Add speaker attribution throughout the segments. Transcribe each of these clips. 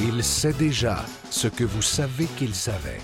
Speaker 1: Il sait déjà ce que vous savez qu'il savait.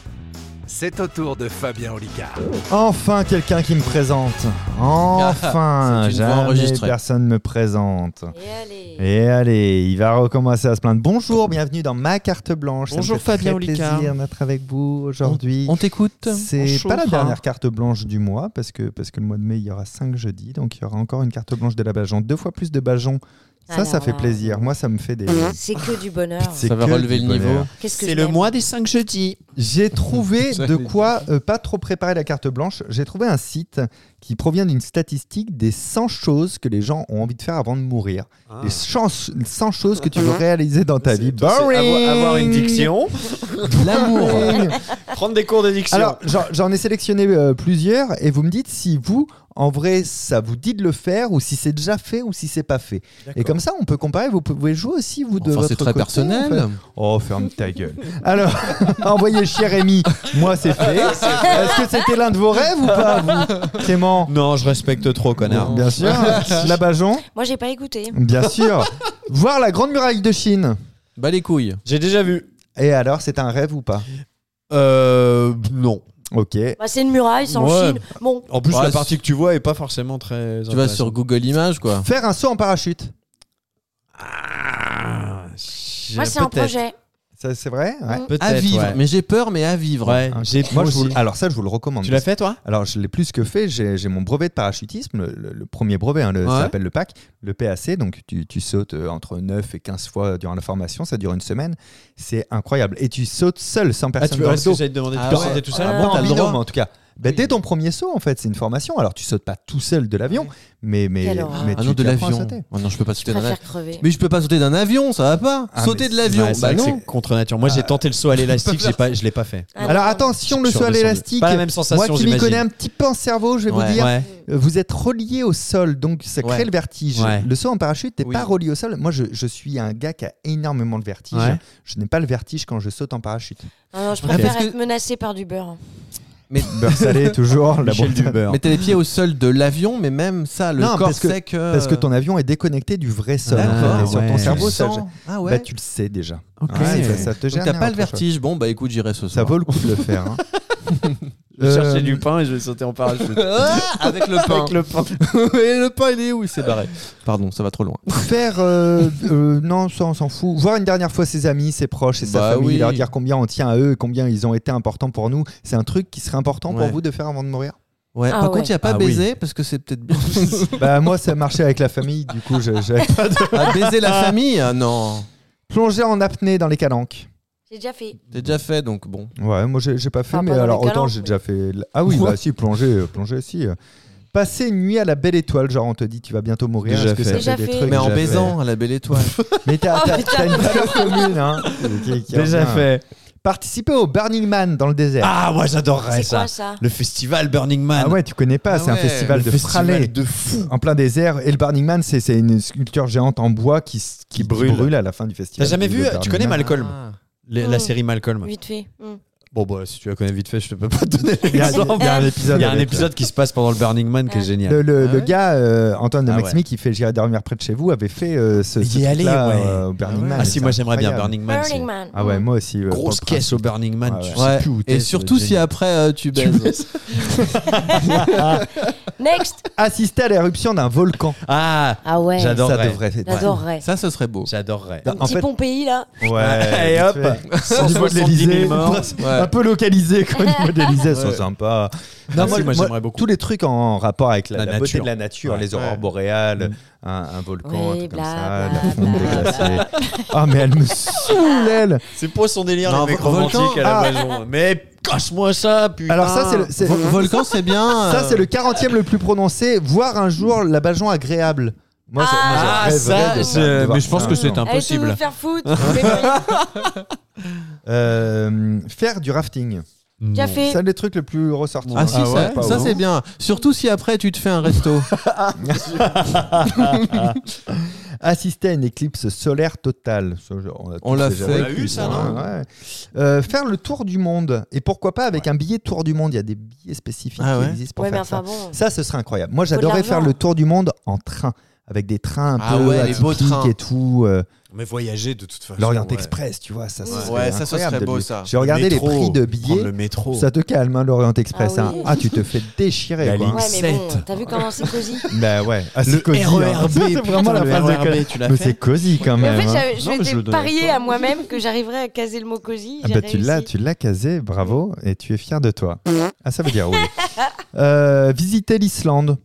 Speaker 1: C'est au tour de Fabien Olicard.
Speaker 2: Enfin quelqu'un qui me présente. Enfin,
Speaker 3: Ah, c'est une voix
Speaker 2: jamais
Speaker 3: enregistrée.
Speaker 2: personne me présente.
Speaker 4: Et allez.
Speaker 2: Et allez, il va recommencer à se plaindre. Bonjour, bienvenue dans ma carte blanche. Ça me
Speaker 3: Bonjour,
Speaker 2: fait très
Speaker 3: Fabien Olicard.
Speaker 2: plaisir d'être avec vous aujourd'hui.
Speaker 3: On t'écoute
Speaker 2: C'est
Speaker 3: On
Speaker 2: pas la
Speaker 3: chauffera.
Speaker 2: dernière carte blanche du mois parce que, parce que le mois de mai il y aura 5 jeudis donc il y aura encore une carte blanche de la Bajon, deux fois plus de Bajon. Ça, ça
Speaker 4: Alors
Speaker 2: fait
Speaker 4: là.
Speaker 2: plaisir. Moi, ça me fait des.
Speaker 4: C'est que du bonheur.
Speaker 2: C'est
Speaker 3: Ça va
Speaker 2: que
Speaker 3: relever
Speaker 2: du
Speaker 3: le niveau.
Speaker 2: bonheur.
Speaker 4: Qu'est-ce que
Speaker 3: C'est
Speaker 4: je
Speaker 3: le
Speaker 4: l'aime.
Speaker 3: mois des 5 jeudis.
Speaker 2: J'ai trouvé
Speaker 3: Ça,
Speaker 2: de
Speaker 3: les-
Speaker 2: quoi euh, pas trop préparer la carte blanche. J'ai trouvé un site qui provient d'une statistique des 100 choses que les gens ont envie de faire avant de mourir. Les 100, 100 choses que tu
Speaker 3: Ah.
Speaker 2: veux réaliser dans ta vie. Boring
Speaker 5: Avoir une diction,
Speaker 3: L'amour.
Speaker 2: Boring.
Speaker 5: prendre des cours de diction.
Speaker 2: Alors, j'en- j'en ai sélectionné euh, plusieurs et vous me dites si vous, en vrai, ça vous dit de le faire ou si c'est déjà fait ou si c'est pas fait. Et comme ça, on peut comparer. Vous pouvez jouer aussi, vous, de
Speaker 3: Enfin,
Speaker 2: votre
Speaker 3: c'est très
Speaker 2: côté,
Speaker 3: personnel.
Speaker 2: en fait. Oh, ferme ta gueule. Alors, envoyez cher Rémi. Moi, c'est fait. Est-ce que c'était l'un de vos rêves ou pas, vous Clément
Speaker 3: Non, je respecte trop, connard.
Speaker 2: Bien sûr. La Bajon
Speaker 4: Moi, j'ai pas écouté.
Speaker 2: Bien sûr. Voir la Grande Muraille de Chine.
Speaker 3: Bah les couilles.
Speaker 5: j'ai déjà vu.
Speaker 2: Et alors, c'est un rêve ou pas
Speaker 5: Euh, non.
Speaker 2: Ok.
Speaker 4: Bah, c'est une muraille, c'est en
Speaker 5: Ouais.
Speaker 4: Chine. Bon,
Speaker 5: En plus,
Speaker 3: Ouais,
Speaker 5: la partie que tu vois est pas forcément très.
Speaker 3: Tu vas sur Google Images, quoi.
Speaker 2: Faire un saut en parachute.
Speaker 4: moi, c'est un projet.
Speaker 2: Ça, c'est vrai Ouais.
Speaker 4: Mm.
Speaker 3: À
Speaker 5: Peut-être.
Speaker 3: vivre.
Speaker 5: ouais.
Speaker 3: Mais j'ai peur, mais à vivre.
Speaker 5: Ouais,
Speaker 2: Ah,
Speaker 5: j'ai-
Speaker 2: moi,
Speaker 5: moi
Speaker 2: je vous-
Speaker 5: aussi.
Speaker 2: alors ça, je vous le recommande.
Speaker 5: Tu l'as fait toi
Speaker 2: Alors, je l'ai plus que fait. J'ai j'ai mon brevet de parachutisme, le, le- le premier brevet, hein, le-
Speaker 3: Ouais.
Speaker 2: ça s'appelle le PAC, le PAC. Donc, tu, tu sautes euh, entre 9 et 15 fois durant la formation. Ça dure une semaine. C'est incroyable. Et tu sautes seul, sans
Speaker 5: Ah,
Speaker 2: personne
Speaker 5: tu
Speaker 2: dans
Speaker 5: vois
Speaker 2: le
Speaker 5: ce que
Speaker 2: dos.
Speaker 5: j'allais te demander.
Speaker 3: Ah
Speaker 5: tu
Speaker 3: ouais.
Speaker 5: sortais tout seul
Speaker 3: Ah
Speaker 2: Pas
Speaker 3: bon, t'as
Speaker 2: en
Speaker 3: le
Speaker 2: binôme,
Speaker 3: droit.
Speaker 2: en tout cas. Bah, dès ton premier saut, en fait, c'est une formation. Alors, tu sautes pas tout seul de l'avion, mais, mais,
Speaker 4: Quelle horreur.
Speaker 2: mais
Speaker 3: Ah
Speaker 2: tu,
Speaker 3: non, de
Speaker 2: tu apprends à
Speaker 3: l'avion.
Speaker 2: sauter.
Speaker 3: Ah non, je peux pas sauter d'un avion.
Speaker 4: Préfère crever.
Speaker 3: Mais je peux pas sauter d'un avion, ça va pas.
Speaker 2: Ah,
Speaker 3: sauter
Speaker 2: mais
Speaker 3: de l'avion,
Speaker 5: Ouais, c'est
Speaker 3: bah
Speaker 5: vrai que
Speaker 3: non.
Speaker 5: c'est contre nature. Moi, j'ai tenté le saut à l'élastique, j'ai pas, je l'ai pas fait.
Speaker 4: Ah,
Speaker 2: Alors,
Speaker 4: non.
Speaker 2: attention, le
Speaker 5: Sur
Speaker 2: saut à
Speaker 5: 200.
Speaker 2: l'élastique.
Speaker 5: Pas la même sensation,
Speaker 2: Moi qui m'y
Speaker 5: j'imagine.
Speaker 2: connais un petit peu en cerveau, je vais vous
Speaker 3: Ouais.
Speaker 2: dire,
Speaker 5: Ouais.
Speaker 2: vous êtes relié au sol, donc ça crée
Speaker 3: Ouais.
Speaker 2: le vertige.
Speaker 5: Ouais.
Speaker 2: Le saut en parachute n'est
Speaker 3: Oui.
Speaker 2: pas relié au sol. Moi, je, je suis un gars qui a énormément de vertige.
Speaker 5: Ouais.
Speaker 2: Je n'ai pas le vertige quand je saute en parachute.
Speaker 4: Ah non, je préfère
Speaker 3: Est-ce
Speaker 4: être
Speaker 3: que-
Speaker 4: menacé par du beurre.
Speaker 2: Beurre salé, toujours la
Speaker 5: Michel
Speaker 2: bonne-
Speaker 5: Dubeur.
Speaker 3: Mais t'as les pieds au sol de l'avion, mais même ça, le
Speaker 2: Non,
Speaker 3: corps Ah,
Speaker 2: parce que-
Speaker 3: sec. euh,
Speaker 2: Parce que ton avion est déconnecté du vrai sol.
Speaker 3: D'accord,
Speaker 2: en fait, et sur ton
Speaker 5: ouais.
Speaker 2: cerveau, ça,
Speaker 3: sens. Ah
Speaker 2: bah,
Speaker 3: ouais.
Speaker 2: tu le sais déjà.
Speaker 3: Ok.
Speaker 2: Ouais, ça, ça te
Speaker 3: Donc
Speaker 2: gêne.
Speaker 3: t'as pas
Speaker 2: hein,
Speaker 3: le
Speaker 2: autre chose.
Speaker 3: vertige. Bon, bah écoute, j'irai ce soir.
Speaker 2: Ça vaut le coup de le faire. hein.
Speaker 5: Je vais chercher
Speaker 2: Euh,
Speaker 5: du pain et je vais sauter en parachute.
Speaker 3: Ah, Avec le pain.
Speaker 5: Avec le pain.
Speaker 3: Et le pain, il est où Il s'est barré. Pardon, ça va trop loin.
Speaker 2: Faire. euh, euh, non, ça, on s'en fout. Voir une dernière fois ses amis, ses proches et sa
Speaker 3: Bah
Speaker 2: famille,
Speaker 3: oui.
Speaker 2: leur dire combien on tient à eux et combien ils ont été importants pour nous, c'est un truc qui serait important pour
Speaker 3: Ouais.
Speaker 2: vous de faire avant de mourir
Speaker 3: Ouais.
Speaker 4: Ah
Speaker 3: Par
Speaker 4: ouais.
Speaker 3: contre, il n'y a pas
Speaker 5: Ah oui.
Speaker 3: baiser parce que c'est peut-être bien.
Speaker 2: Bah moi ça marchait avec la famille, du coup je- j'ai
Speaker 3: ah, baiser la famille Ah non.
Speaker 2: plongé en apnée dans les calanques.
Speaker 4: J'ai déjà fait.
Speaker 3: T'es déjà fait donc bon.
Speaker 2: Ouais, moi j'ai j'ai pas fait,
Speaker 4: Enfin,
Speaker 2: mais
Speaker 4: pas dans
Speaker 2: alors
Speaker 4: les
Speaker 2: autant
Speaker 4: calanques,
Speaker 2: j'ai
Speaker 4: mais-
Speaker 2: déjà fait. Ah oui,
Speaker 3: Quoi
Speaker 2: bah si plonger, euh, plonger si. euh. Passer une nuit à la belle étoile, genre on te dit tu vas bientôt mourir.
Speaker 5: Déjà
Speaker 2: est-ce que ça
Speaker 5: fait.
Speaker 4: Déjà
Speaker 2: des
Speaker 4: fait.
Speaker 2: trucs
Speaker 3: Mais en
Speaker 2: Déjà
Speaker 3: baisant à la belle étoile.
Speaker 2: fait. Mais t'as
Speaker 4: Oh,
Speaker 2: t'as-
Speaker 4: putain.
Speaker 2: t'as une valeur commune, hein. qui- qui
Speaker 5: Déjà
Speaker 2: revient.
Speaker 5: fait.
Speaker 2: Participer au Burning Man dans le désert.
Speaker 5: Ah, moi, j'adorerais
Speaker 4: C'est
Speaker 5: ça.
Speaker 4: quoi ça
Speaker 5: Le festival Burning Man.
Speaker 2: Ah ouais, tu connais pas,
Speaker 3: Ah
Speaker 2: c'est un
Speaker 3: ouais.
Speaker 2: festival
Speaker 5: Le
Speaker 2: de
Speaker 5: festival
Speaker 2: fralets.
Speaker 5: de fou.
Speaker 2: En plein désert, et le Burning Man, c'est c'est une sculpture géante en bois qui, s- qui, brûle.
Speaker 5: brûle.
Speaker 2: à la fin du
Speaker 5: T'as
Speaker 2: festival.
Speaker 5: jamais
Speaker 2: Le
Speaker 5: vu euh, Tu
Speaker 2: Burning
Speaker 5: connais
Speaker 2: Man.
Speaker 5: Malcolm
Speaker 3: Ah.
Speaker 5: Les- La
Speaker 4: Mm.
Speaker 5: série Malcolm.
Speaker 4: Vite fait. Mm.
Speaker 5: Bon, bah, si tu la connais vite fait, je te peux pas te donner
Speaker 2: Il y a-
Speaker 5: l'exemple.
Speaker 2: il y a un épisode.
Speaker 5: Il y a un
Speaker 2: avec-
Speaker 5: épisode qui se passe pendant le Burning Man qui est
Speaker 4: Ah.
Speaker 5: génial.
Speaker 2: Le, le-
Speaker 3: Ah
Speaker 2: le
Speaker 3: ouais
Speaker 2: gars, euh, Antoine de
Speaker 5: hein Ah ouais.
Speaker 2: Maximi, qui fait J'irai dormir près de chez vous, avait fait euh, ce,
Speaker 5: Il
Speaker 2: ce
Speaker 5: y est allé,
Speaker 2: truc-là,
Speaker 5: ouais.
Speaker 2: euh, au Burning
Speaker 3: Ah ouais.
Speaker 2: Man.
Speaker 5: Ah si,
Speaker 2: C'est
Speaker 5: moi j'aimerais bien
Speaker 2: incroyable.
Speaker 5: Burning Man. c'est-
Speaker 4: Burning Man.
Speaker 2: Ah ouais, moi aussi. euh,
Speaker 5: Grosse
Speaker 2: pour le
Speaker 5: caisse au Burning Man,
Speaker 2: Ouais,
Speaker 5: tu
Speaker 2: ouais.
Speaker 3: Ouais.
Speaker 5: sais plus où t'es.
Speaker 3: Et surtout si après euh, tu baises.
Speaker 4: Hmm. Next.
Speaker 2: principe. Assister à l'éruption d'un volcan.
Speaker 5: Ah,
Speaker 4: Ah ouais.
Speaker 5: J'adore.
Speaker 2: Ça
Speaker 5: J'adorerais.
Speaker 2: devrait être.
Speaker 4: J'adorerais.
Speaker 3: ça, ce serait beau.
Speaker 5: j'adorerais.
Speaker 2: Bah, en
Speaker 4: Petit
Speaker 2: fait-
Speaker 4: Pompéi là.
Speaker 2: Ouais,
Speaker 5: Et hop,
Speaker 2: Au niveau de
Speaker 5: 170
Speaker 2: l'Elysée,
Speaker 5: 000 morts.
Speaker 2: un peu localisé quoi, au niveau de l'Elysée, c'est
Speaker 3: Ouais.
Speaker 2: sympa.
Speaker 5: Ah si, moi, j'aimerais beaucoup.
Speaker 2: Tous les trucs en rapport avec la,
Speaker 5: La
Speaker 2: la beauté
Speaker 5: nature.
Speaker 2: de la nature,
Speaker 5: Ouais. Mm.
Speaker 2: les aurores
Speaker 5: Ouais.
Speaker 2: boréales, un, Hein, un volcan,
Speaker 4: Oui,
Speaker 2: un truc comme
Speaker 4: bla,
Speaker 2: ça,
Speaker 4: bla,
Speaker 2: la fonte des
Speaker 4: bla, bla,
Speaker 2: glaciers. Ah, mais elle me saoule, elle
Speaker 5: C'est pas son délire,
Speaker 3: Non,
Speaker 5: les mecs
Speaker 3: volcan.
Speaker 5: romantiques à
Speaker 2: ah.
Speaker 5: la maison. Mais cache-moi ça, putain.
Speaker 2: Alors, ça, c'est le- c'est.
Speaker 3: Vol- volcan, c'est bien.
Speaker 2: Ça,
Speaker 3: euh,
Speaker 2: c'est le 40e le plus prononcé. Voir un jour la Bajon agréable. Moi, ça- moi,
Speaker 5: Ah,
Speaker 2: euh, je
Speaker 5: ça,
Speaker 2: rêverais de-
Speaker 5: c'est-
Speaker 2: de voir
Speaker 5: mais je pense
Speaker 2: ça.
Speaker 5: que c'est un-
Speaker 4: Allez, je vais
Speaker 5: Impossible.
Speaker 4: vous faire foutre. Mais oui,
Speaker 2: Euh, faire du rafting.
Speaker 4: Déjà fait.
Speaker 2: C'est un des trucs les plus ressortis.
Speaker 3: Ah si,
Speaker 5: Ah
Speaker 3: ça,
Speaker 5: ouais, pas
Speaker 3: ça,
Speaker 5: ouf.
Speaker 3: c'est bien. Surtout si après tu te fais un resto.
Speaker 2: Assister à une éclipse solaire totale. Ça, je- On, a
Speaker 3: On
Speaker 2: tous
Speaker 3: l'a
Speaker 2: déjà
Speaker 3: fait.
Speaker 2: vécu,
Speaker 3: On l'a
Speaker 5: eu, ça,
Speaker 2: hein,
Speaker 5: non
Speaker 2: ouais. Euh, Faire le tour du monde. Et pourquoi pas avec un billet tour du monde Il y a des billets spécifiques
Speaker 3: Ah ouais
Speaker 2: qui existent pour
Speaker 4: Ouais, mais
Speaker 2: faire
Speaker 4: enfin
Speaker 2: ça.
Speaker 4: bon.
Speaker 2: Ça, ce serait incroyable. Moi,
Speaker 4: Faut de
Speaker 2: j'adorais
Speaker 4: l'argent.
Speaker 2: faire le tour du monde en train. Avec des trains un
Speaker 3: Ah
Speaker 2: peu
Speaker 3: ouais, les beaux
Speaker 2: atypiques
Speaker 3: trains.
Speaker 2: et tout. euh,
Speaker 5: Mais voyager de toute façon.
Speaker 2: L'Orient
Speaker 5: ouais.
Speaker 2: Express, tu vois, ça, ça
Speaker 4: Ouais,
Speaker 2: serait
Speaker 3: Ouais, ça, ça
Speaker 2: incroyable
Speaker 3: serait
Speaker 2: de
Speaker 3: beau,
Speaker 2: le-
Speaker 3: ça.
Speaker 2: J'ai regardé
Speaker 5: Métro,
Speaker 2: les prix de
Speaker 5: prendre Le
Speaker 2: billets.
Speaker 5: métro.
Speaker 2: Ça te calme, hein, l'Orient Express.
Speaker 4: Ah
Speaker 2: hein.
Speaker 4: oui.
Speaker 2: Ah, tu te fais déchirer.
Speaker 5: La
Speaker 2: quoi.
Speaker 5: ligne.
Speaker 4: Ouais, mais bon,
Speaker 5: Sept.
Speaker 4: t'as vu comment c'est cosy
Speaker 2: Bah ouais. Ah,
Speaker 5: Le
Speaker 2: c'est cosy, hein.
Speaker 5: RERB,
Speaker 2: Ça, C'est
Speaker 5: putain,
Speaker 2: vraiment la
Speaker 5: le
Speaker 2: phase de
Speaker 5: RERB,
Speaker 2: colle.
Speaker 5: tu l'as
Speaker 2: Mais
Speaker 5: fait.
Speaker 2: c'est cosy quand
Speaker 4: Mais en
Speaker 2: même.
Speaker 4: fait,
Speaker 2: hein.
Speaker 4: j'avais- je
Speaker 5: Non, mais je le
Speaker 4: m'étais
Speaker 5: donnais à
Speaker 4: parié
Speaker 5: toi.
Speaker 4: à moi-même que j'arriverais à caser le mot cosy.
Speaker 2: Ah
Speaker 4: j'ai
Speaker 2: bah, tu
Speaker 4: réussi.
Speaker 2: l'as, tu l'as casé, bravo, et tu es fier de toi. Ah, ça veut dire oui. Euh, visiter l'Islande,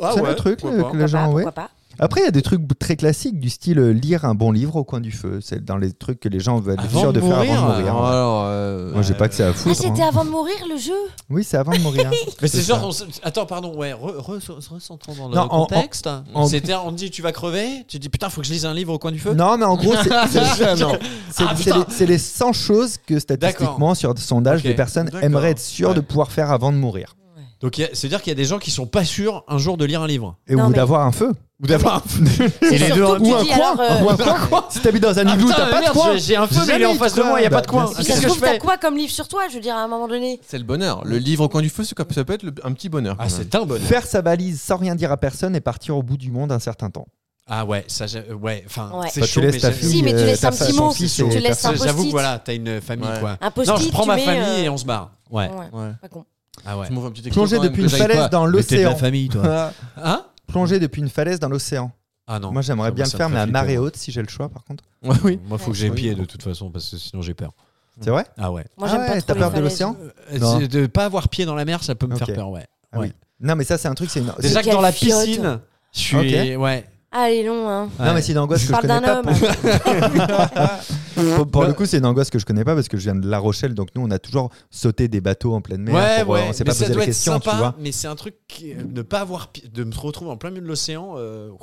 Speaker 5: Ah
Speaker 2: c'est
Speaker 5: ouais,
Speaker 2: le truc
Speaker 5: pourquoi
Speaker 2: le-
Speaker 5: pas.
Speaker 2: que les
Speaker 4: Pourquoi
Speaker 2: gens,
Speaker 4: pas,
Speaker 2: ouais.
Speaker 4: pourquoi pas
Speaker 2: Après, il y a des trucs très classiques du style euh, lire un bon livre au coin du feu. C'est dans les trucs que les gens veulent être
Speaker 5: Avant
Speaker 2: sûrs
Speaker 5: de
Speaker 2: de faire avant de
Speaker 5: mourir, Oh,
Speaker 2: mourir.
Speaker 3: Alors, alors, euh,
Speaker 2: Moi, j'ai
Speaker 5: ouais,
Speaker 2: pas que ça à
Speaker 4: Ah,
Speaker 2: foutre.
Speaker 4: c'était
Speaker 2: hein.
Speaker 4: avant de mourir le jeu
Speaker 2: Oui, c'est avant de mourir.
Speaker 5: Mais c'est
Speaker 2: C'est
Speaker 5: genre,
Speaker 2: ça.
Speaker 5: on se- attends, pardon, ouais, re- re- se- recentrons dans le
Speaker 2: Non, en- en-
Speaker 5: contexte.
Speaker 2: en-
Speaker 5: C'était, on te dit, tu vas crever, tu te dis, putain, faut que je lise un livre au coin du feu.
Speaker 2: Non, mais en gros, c'est- c'est
Speaker 5: Non.
Speaker 2: c'est-
Speaker 5: Ah,
Speaker 2: c'est
Speaker 5: putain.
Speaker 2: les- c'est les 100 choses que statistiquement,
Speaker 5: D'accord.
Speaker 2: sur sondage,
Speaker 5: Ok.
Speaker 2: les personnes
Speaker 5: D'accord.
Speaker 2: aimeraient être sûres de
Speaker 5: Ouais.
Speaker 2: pouvoir faire avant de mourir.
Speaker 5: Donc, il y a- c'est-à dire qu'il y a des gens qui sont pas sûrs un jour de lire un livre.
Speaker 2: Et,
Speaker 4: Non,
Speaker 2: ou
Speaker 4: mais-
Speaker 2: d'avoir un feu.
Speaker 5: Ou d'avoir un
Speaker 4: C'est
Speaker 5: Et les
Speaker 4: surtout
Speaker 5: deux en
Speaker 4: que tu
Speaker 5: même temps.
Speaker 4: dis, alors, euh,
Speaker 2: Ou un coin. Si t'habites dans un igloo, t'as pas de coin.
Speaker 5: Ah, J'ai un feu,
Speaker 2: J'ai
Speaker 5: mais il est en
Speaker 2: jamais
Speaker 5: face
Speaker 2: de
Speaker 5: de moi, il n'y a
Speaker 2: coin.
Speaker 5: pas de coin.
Speaker 2: Bah,
Speaker 4: Puis
Speaker 5: Qu'est-ce
Speaker 4: ça se
Speaker 5: que je
Speaker 4: trouve, t'as
Speaker 5: fais
Speaker 4: quoi comme livre sur toi Je veux dire, à un moment donné.
Speaker 3: C'est le bonheur. Le livre au coin du feu, c'est quoi ça peut être le- un petit bonheur.
Speaker 5: Ah,
Speaker 3: quand même.
Speaker 5: c'est un bonheur.
Speaker 2: Faire sa valise sans rien dire à personne et partir au bout du monde un certain temps.
Speaker 5: Ah ouais, ça, j'ai- ouais, enfin,
Speaker 4: Ouais.
Speaker 5: c'est
Speaker 2: Bah,
Speaker 5: chaud,
Speaker 2: tu laisses
Speaker 5: mais
Speaker 2: ta
Speaker 5: j'ai-
Speaker 2: fille,
Speaker 4: Si, mais tu
Speaker 2: euh,
Speaker 4: laisses
Speaker 2: ta
Speaker 4: un
Speaker 2: femme,
Speaker 4: petit
Speaker 2: son
Speaker 4: mot.
Speaker 2: fils
Speaker 4: Tu
Speaker 2: et
Speaker 4: laisses
Speaker 2: ta
Speaker 4: un
Speaker 2: femme.
Speaker 5: J'avoue que
Speaker 4: post-it.
Speaker 5: voilà, t'as une famille
Speaker 3: Ouais.
Speaker 5: quoi.
Speaker 4: Un
Speaker 5: Non,
Speaker 4: post-it.
Speaker 5: je prends
Speaker 4: tu
Speaker 5: ma
Speaker 4: mets,
Speaker 5: famille
Speaker 4: euh,
Speaker 5: et on se barre. Ouais.
Speaker 4: ouais,
Speaker 3: Ouais.
Speaker 4: pas con.
Speaker 5: Ah ouais.
Speaker 3: Tu m'ouvres un petit texto
Speaker 2: Plonger
Speaker 3: quand même,
Speaker 2: depuis une
Speaker 3: que j'aille pas-
Speaker 2: falaise dans
Speaker 5: Mais t'es de la
Speaker 2: l'océan.
Speaker 5: famille toi.
Speaker 2: Ah.
Speaker 5: Hein
Speaker 2: Plonger depuis une falaise dans l'océan.
Speaker 5: Ah non.
Speaker 2: Moi, j'aimerais
Speaker 5: Ça,
Speaker 2: bien
Speaker 3: bah,
Speaker 5: moi,
Speaker 2: le
Speaker 5: ça
Speaker 2: faire,
Speaker 5: me
Speaker 2: mais à
Speaker 5: fait
Speaker 2: marée
Speaker 5: flipper,
Speaker 2: haute, si j'ai le choix, par contre.
Speaker 3: Ouais, oui.
Speaker 5: Moi, faut que j'ai
Speaker 3: Oui.
Speaker 5: pied de toute façon parce que sinon j'ai peur.
Speaker 3: Mm.
Speaker 2: C'est vrai
Speaker 5: Ah ouais.
Speaker 4: Moi,
Speaker 2: Ah
Speaker 4: j'aime pas
Speaker 2: ouais,
Speaker 4: trop
Speaker 2: t'as
Speaker 4: les
Speaker 2: peur de
Speaker 4: falaises.
Speaker 2: l'océan
Speaker 5: Euh, c'est- De pas avoir pied dans la mer, ça peut me
Speaker 2: Ok.
Speaker 5: faire peur, ouais.
Speaker 2: Ah
Speaker 5: Ouais.
Speaker 2: oui. Non, mais ça, c'est un truc, c'est une.
Speaker 5: Déjà que
Speaker 4: quelle
Speaker 5: dans la
Speaker 4: fiotte.
Speaker 5: piscine, je suis ouais. ouais.
Speaker 4: Ah, elle est longue, hein.
Speaker 2: Non, mais c'est une angoisse
Speaker 4: Je
Speaker 2: que je
Speaker 4: parle
Speaker 2: connais
Speaker 4: d'un
Speaker 2: pas.
Speaker 4: homme.
Speaker 2: Pour, pour- pour le coup, c'est une angoisse que je connais pas parce que je viens de La Rochelle, donc nous, on a toujours sauté des bateaux en pleine mer.
Speaker 5: Ouais,
Speaker 2: pour, euh,
Speaker 5: ouais,
Speaker 2: On s'est
Speaker 5: mais
Speaker 2: pas
Speaker 5: ça
Speaker 2: posé
Speaker 5: doit
Speaker 2: la
Speaker 5: être
Speaker 2: question, tu
Speaker 5: sympa,
Speaker 2: vois.
Speaker 5: mais c'est un truc qui- euh, ne pas avoir pi- de me retrouver en plein milieu de l'océan. euh, ouh.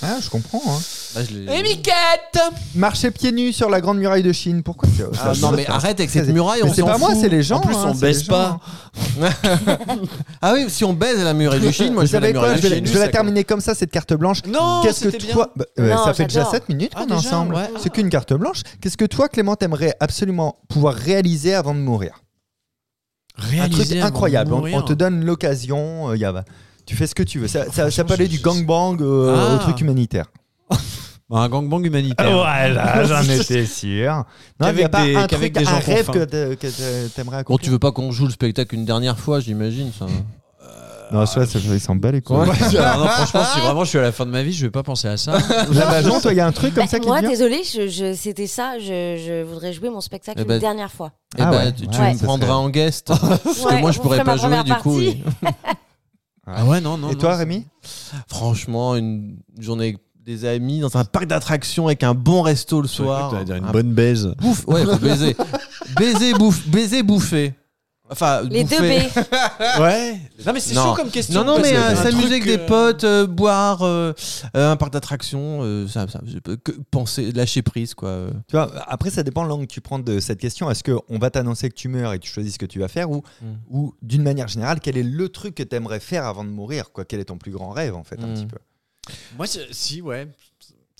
Speaker 2: Ah, je comprends. hein.
Speaker 3: Bah, je l'ai-
Speaker 4: Eh,
Speaker 5: Et Miquette
Speaker 2: Marcher pieds nus sur la grande muraille de Chine, pourquoi tu-
Speaker 3: Ah, non mais arrête avec cette
Speaker 2: Mais
Speaker 3: muraille, on
Speaker 2: c'est
Speaker 3: s'en
Speaker 2: pas moi,
Speaker 3: fout.
Speaker 2: c'est les gens,
Speaker 3: En plus,
Speaker 2: hein,
Speaker 3: on
Speaker 2: c'est les
Speaker 3: baise
Speaker 2: gens,
Speaker 3: pas. ah oui, si on baise à la muraille du Chine, moi
Speaker 2: Vous
Speaker 3: je vais à la
Speaker 2: savez quoi
Speaker 3: muraille
Speaker 2: Je
Speaker 3: du
Speaker 2: vais,
Speaker 3: Chine.
Speaker 2: je vais la
Speaker 3: ça-
Speaker 2: terminer comme ça, cette carte blanche.
Speaker 5: Non,
Speaker 2: Qu'est-ce
Speaker 5: Oh, c'était
Speaker 2: que
Speaker 5: bien.
Speaker 2: toi Bah, euh,
Speaker 4: Non,
Speaker 2: Ça fait déjà
Speaker 4: j'adore.
Speaker 2: 7 minutes qu'on
Speaker 5: Ah,
Speaker 2: est
Speaker 5: déjà,
Speaker 2: ensemble.
Speaker 5: ouais.
Speaker 2: C'est qu'une carte blanche. Qu'est-ce que toi, Clément, t'aimerais absolument pouvoir réaliser avant de mourir un truc
Speaker 5: Réaliser avant de
Speaker 2: incroyable. On,
Speaker 5: mourir.
Speaker 2: on te donne l'occasion, euh, y a- tu fais ce que tu veux. Ça, ça, ça
Speaker 5: franchement,
Speaker 2: peut aller
Speaker 5: je-
Speaker 2: du
Speaker 5: je-
Speaker 2: gangbang euh,
Speaker 5: Ah.
Speaker 2: au truc humanitaire.
Speaker 5: Un gangbang humanitaire.
Speaker 2: voilà, j'en étais sûr. Non, il n'y a
Speaker 5: Qu'avec
Speaker 2: pas
Speaker 5: des-
Speaker 2: un
Speaker 5: qu'avec
Speaker 2: truc,
Speaker 5: des gens
Speaker 2: un
Speaker 5: qu'on
Speaker 2: rêve
Speaker 5: faim.
Speaker 2: que t'aimerais que t'a- t'aimerais
Speaker 3: Bon,
Speaker 2: accomplir.
Speaker 3: tu veux pas qu'on joue le spectacle une dernière fois, j'imagine ça. Ah
Speaker 2: Non, ça, ça, il s'en bat les couilles.
Speaker 5: Ouais, alors Ah, non, franchement, si vraiment je suis à la fin de ma vie, je vais pas penser à ça.
Speaker 2: Là, bah, Jean, toi, il y a un truc comme ça qui
Speaker 4: Ben, Moi,
Speaker 2: te vient
Speaker 4: désolé, je, je- c'était ça. Je, je voudrais jouer mon spectacle
Speaker 3: Eh ben,
Speaker 4: une dernière fois.
Speaker 3: Et
Speaker 2: Ah
Speaker 3: bah,
Speaker 2: ouais,
Speaker 3: tu,
Speaker 2: ouais,
Speaker 3: tu
Speaker 2: ça
Speaker 3: me prendras
Speaker 2: serait-
Speaker 3: en guest. Parce que
Speaker 4: Ouais,
Speaker 3: moi je
Speaker 4: vous
Speaker 3: pourrais
Speaker 4: ferez
Speaker 3: pas
Speaker 4: ma
Speaker 3: jouer
Speaker 4: première
Speaker 3: du coup.
Speaker 4: partie.
Speaker 3: oui. Ah ouais, non, non.
Speaker 2: Et
Speaker 3: non,
Speaker 2: toi,
Speaker 3: c'est-
Speaker 2: Rémi
Speaker 3: Franchement, une journée avec des amis dans un parc d'attractions avec un bon resto le soir.
Speaker 5: une
Speaker 3: Un
Speaker 5: bonne baise.
Speaker 3: bouffe. Ouais, faut baiser. baiser, bouffe, baiser, bouffer. Enfin,
Speaker 4: Les deux
Speaker 3: bouffer.
Speaker 4: B.
Speaker 5: Ouais. Non, mais c'est
Speaker 3: Non.
Speaker 5: chaud comme question.
Speaker 3: Non, non,
Speaker 5: parce
Speaker 3: mais
Speaker 5: que
Speaker 3: euh,
Speaker 5: un
Speaker 3: s'amuser
Speaker 5: truc,
Speaker 3: avec des
Speaker 5: euh,
Speaker 3: potes, euh, boire, euh, euh, un parc d'attractions, euh, ça, ça, je peux que penser, lâcher prise, quoi. euh.
Speaker 2: Tu vois, après, ça dépend de l'angle que tu prends de cette question. Est-ce qu'on va t'annoncer que tu meurs et tu choisis ce que tu vas faire ou,
Speaker 3: Mm.
Speaker 2: ou d'une manière générale, quel est le truc que tu aimerais faire avant de mourir quoi Quel est ton plus grand rêve, en fait, un
Speaker 3: Mm.
Speaker 2: petit peu
Speaker 5: Moi, c'est- si, ouais.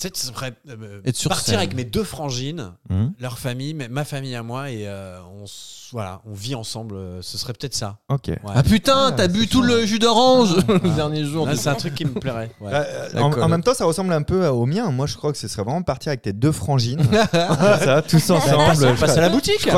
Speaker 5: Peut-être ce serait euh,
Speaker 3: Être sur
Speaker 5: partir
Speaker 3: scène.
Speaker 5: avec mes deux frangines,
Speaker 2: Mhm.
Speaker 5: leur famille, ma- ma famille à moi, et euh, on, s- voilà, on vit ensemble. euh, Ce serait peut-être ça.
Speaker 2: Ok.
Speaker 5: Ouais.
Speaker 3: Ah putain,
Speaker 2: Ah,
Speaker 3: t'as bu
Speaker 2: c'est Ah.
Speaker 3: tout
Speaker 2: chaud.
Speaker 3: le jus d'orange le dernier jour.
Speaker 5: Là, C'est un truc qui me plairait. ouais.
Speaker 2: Euh,
Speaker 3: La
Speaker 2: en,
Speaker 3: colle.
Speaker 2: en même temps, ça ressemble un peu à- au mien. Moi, je crois que ce serait vraiment partir avec tes deux frangines, Comme ça, tous ensemble.
Speaker 5: On passe à la boutique.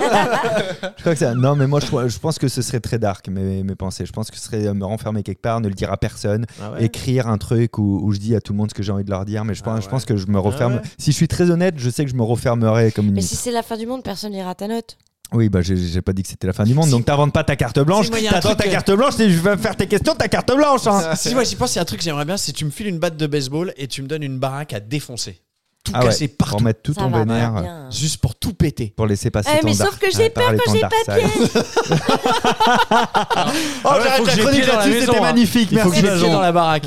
Speaker 2: Je crois que ça- Non, mais moi, je, crois- je pense que ce serait très dark, mes, mes pensées. Je pense que ce serait euh, me renfermer quelque part, ne le dire à personne,
Speaker 3: Ah ouais.
Speaker 2: écrire un truc où, où je dis à tout le monde ce que j'ai envie de leur dire. Mais je, pense,
Speaker 5: Ah
Speaker 2: je
Speaker 5: ouais.
Speaker 2: pense que je me referme.
Speaker 5: ouais.
Speaker 2: Si je suis très honnête, je sais que je me refermerai comme une.
Speaker 4: Mais si c'est la fin du monde, personne n'ira à ta note.
Speaker 2: Oui, bah j'ai- j'ai pas dit que c'était la fin du monde, donc t'inventes pas ta carte blanche.
Speaker 5: Si, moi, y a un
Speaker 2: T'attends
Speaker 5: truc
Speaker 2: ta
Speaker 5: que-
Speaker 4: euh,
Speaker 2: carte blanche, et je vais faire tes questions, ta carte blanche. hein.
Speaker 5: Si moi j'y pense, il y a un truc que j'aimerais bien, c'est tu me files une batte de baseball et tu me donnes une baraque à défoncer. Tout
Speaker 2: Ah ouais,
Speaker 5: casser
Speaker 2: Pour
Speaker 5: partout.
Speaker 2: mettre tout
Speaker 4: Ça
Speaker 2: ton
Speaker 4: va
Speaker 2: vénère,
Speaker 4: pas bien.
Speaker 5: Juste pour tout péter.
Speaker 2: pour laisser passer
Speaker 4: Eh,
Speaker 2: ton
Speaker 4: mais
Speaker 2: dark-
Speaker 4: sauf que j'ai
Speaker 2: ouais,
Speaker 4: peur
Speaker 2: parler
Speaker 4: quand
Speaker 2: ton
Speaker 4: j'ai
Speaker 2: dark
Speaker 4: pas
Speaker 2: side. Oh,
Speaker 5: Ah ouais,
Speaker 2: j'arrête
Speaker 5: faut que
Speaker 2: la
Speaker 5: j'ai
Speaker 2: chronique
Speaker 5: pied dans la
Speaker 2: là-dessus,
Speaker 5: maison,
Speaker 2: c'était
Speaker 5: hein.
Speaker 2: magnifique.
Speaker 5: Il faut que
Speaker 2: Merci,
Speaker 5: je les pieds
Speaker 2: Jean.
Speaker 5: dans la baraque.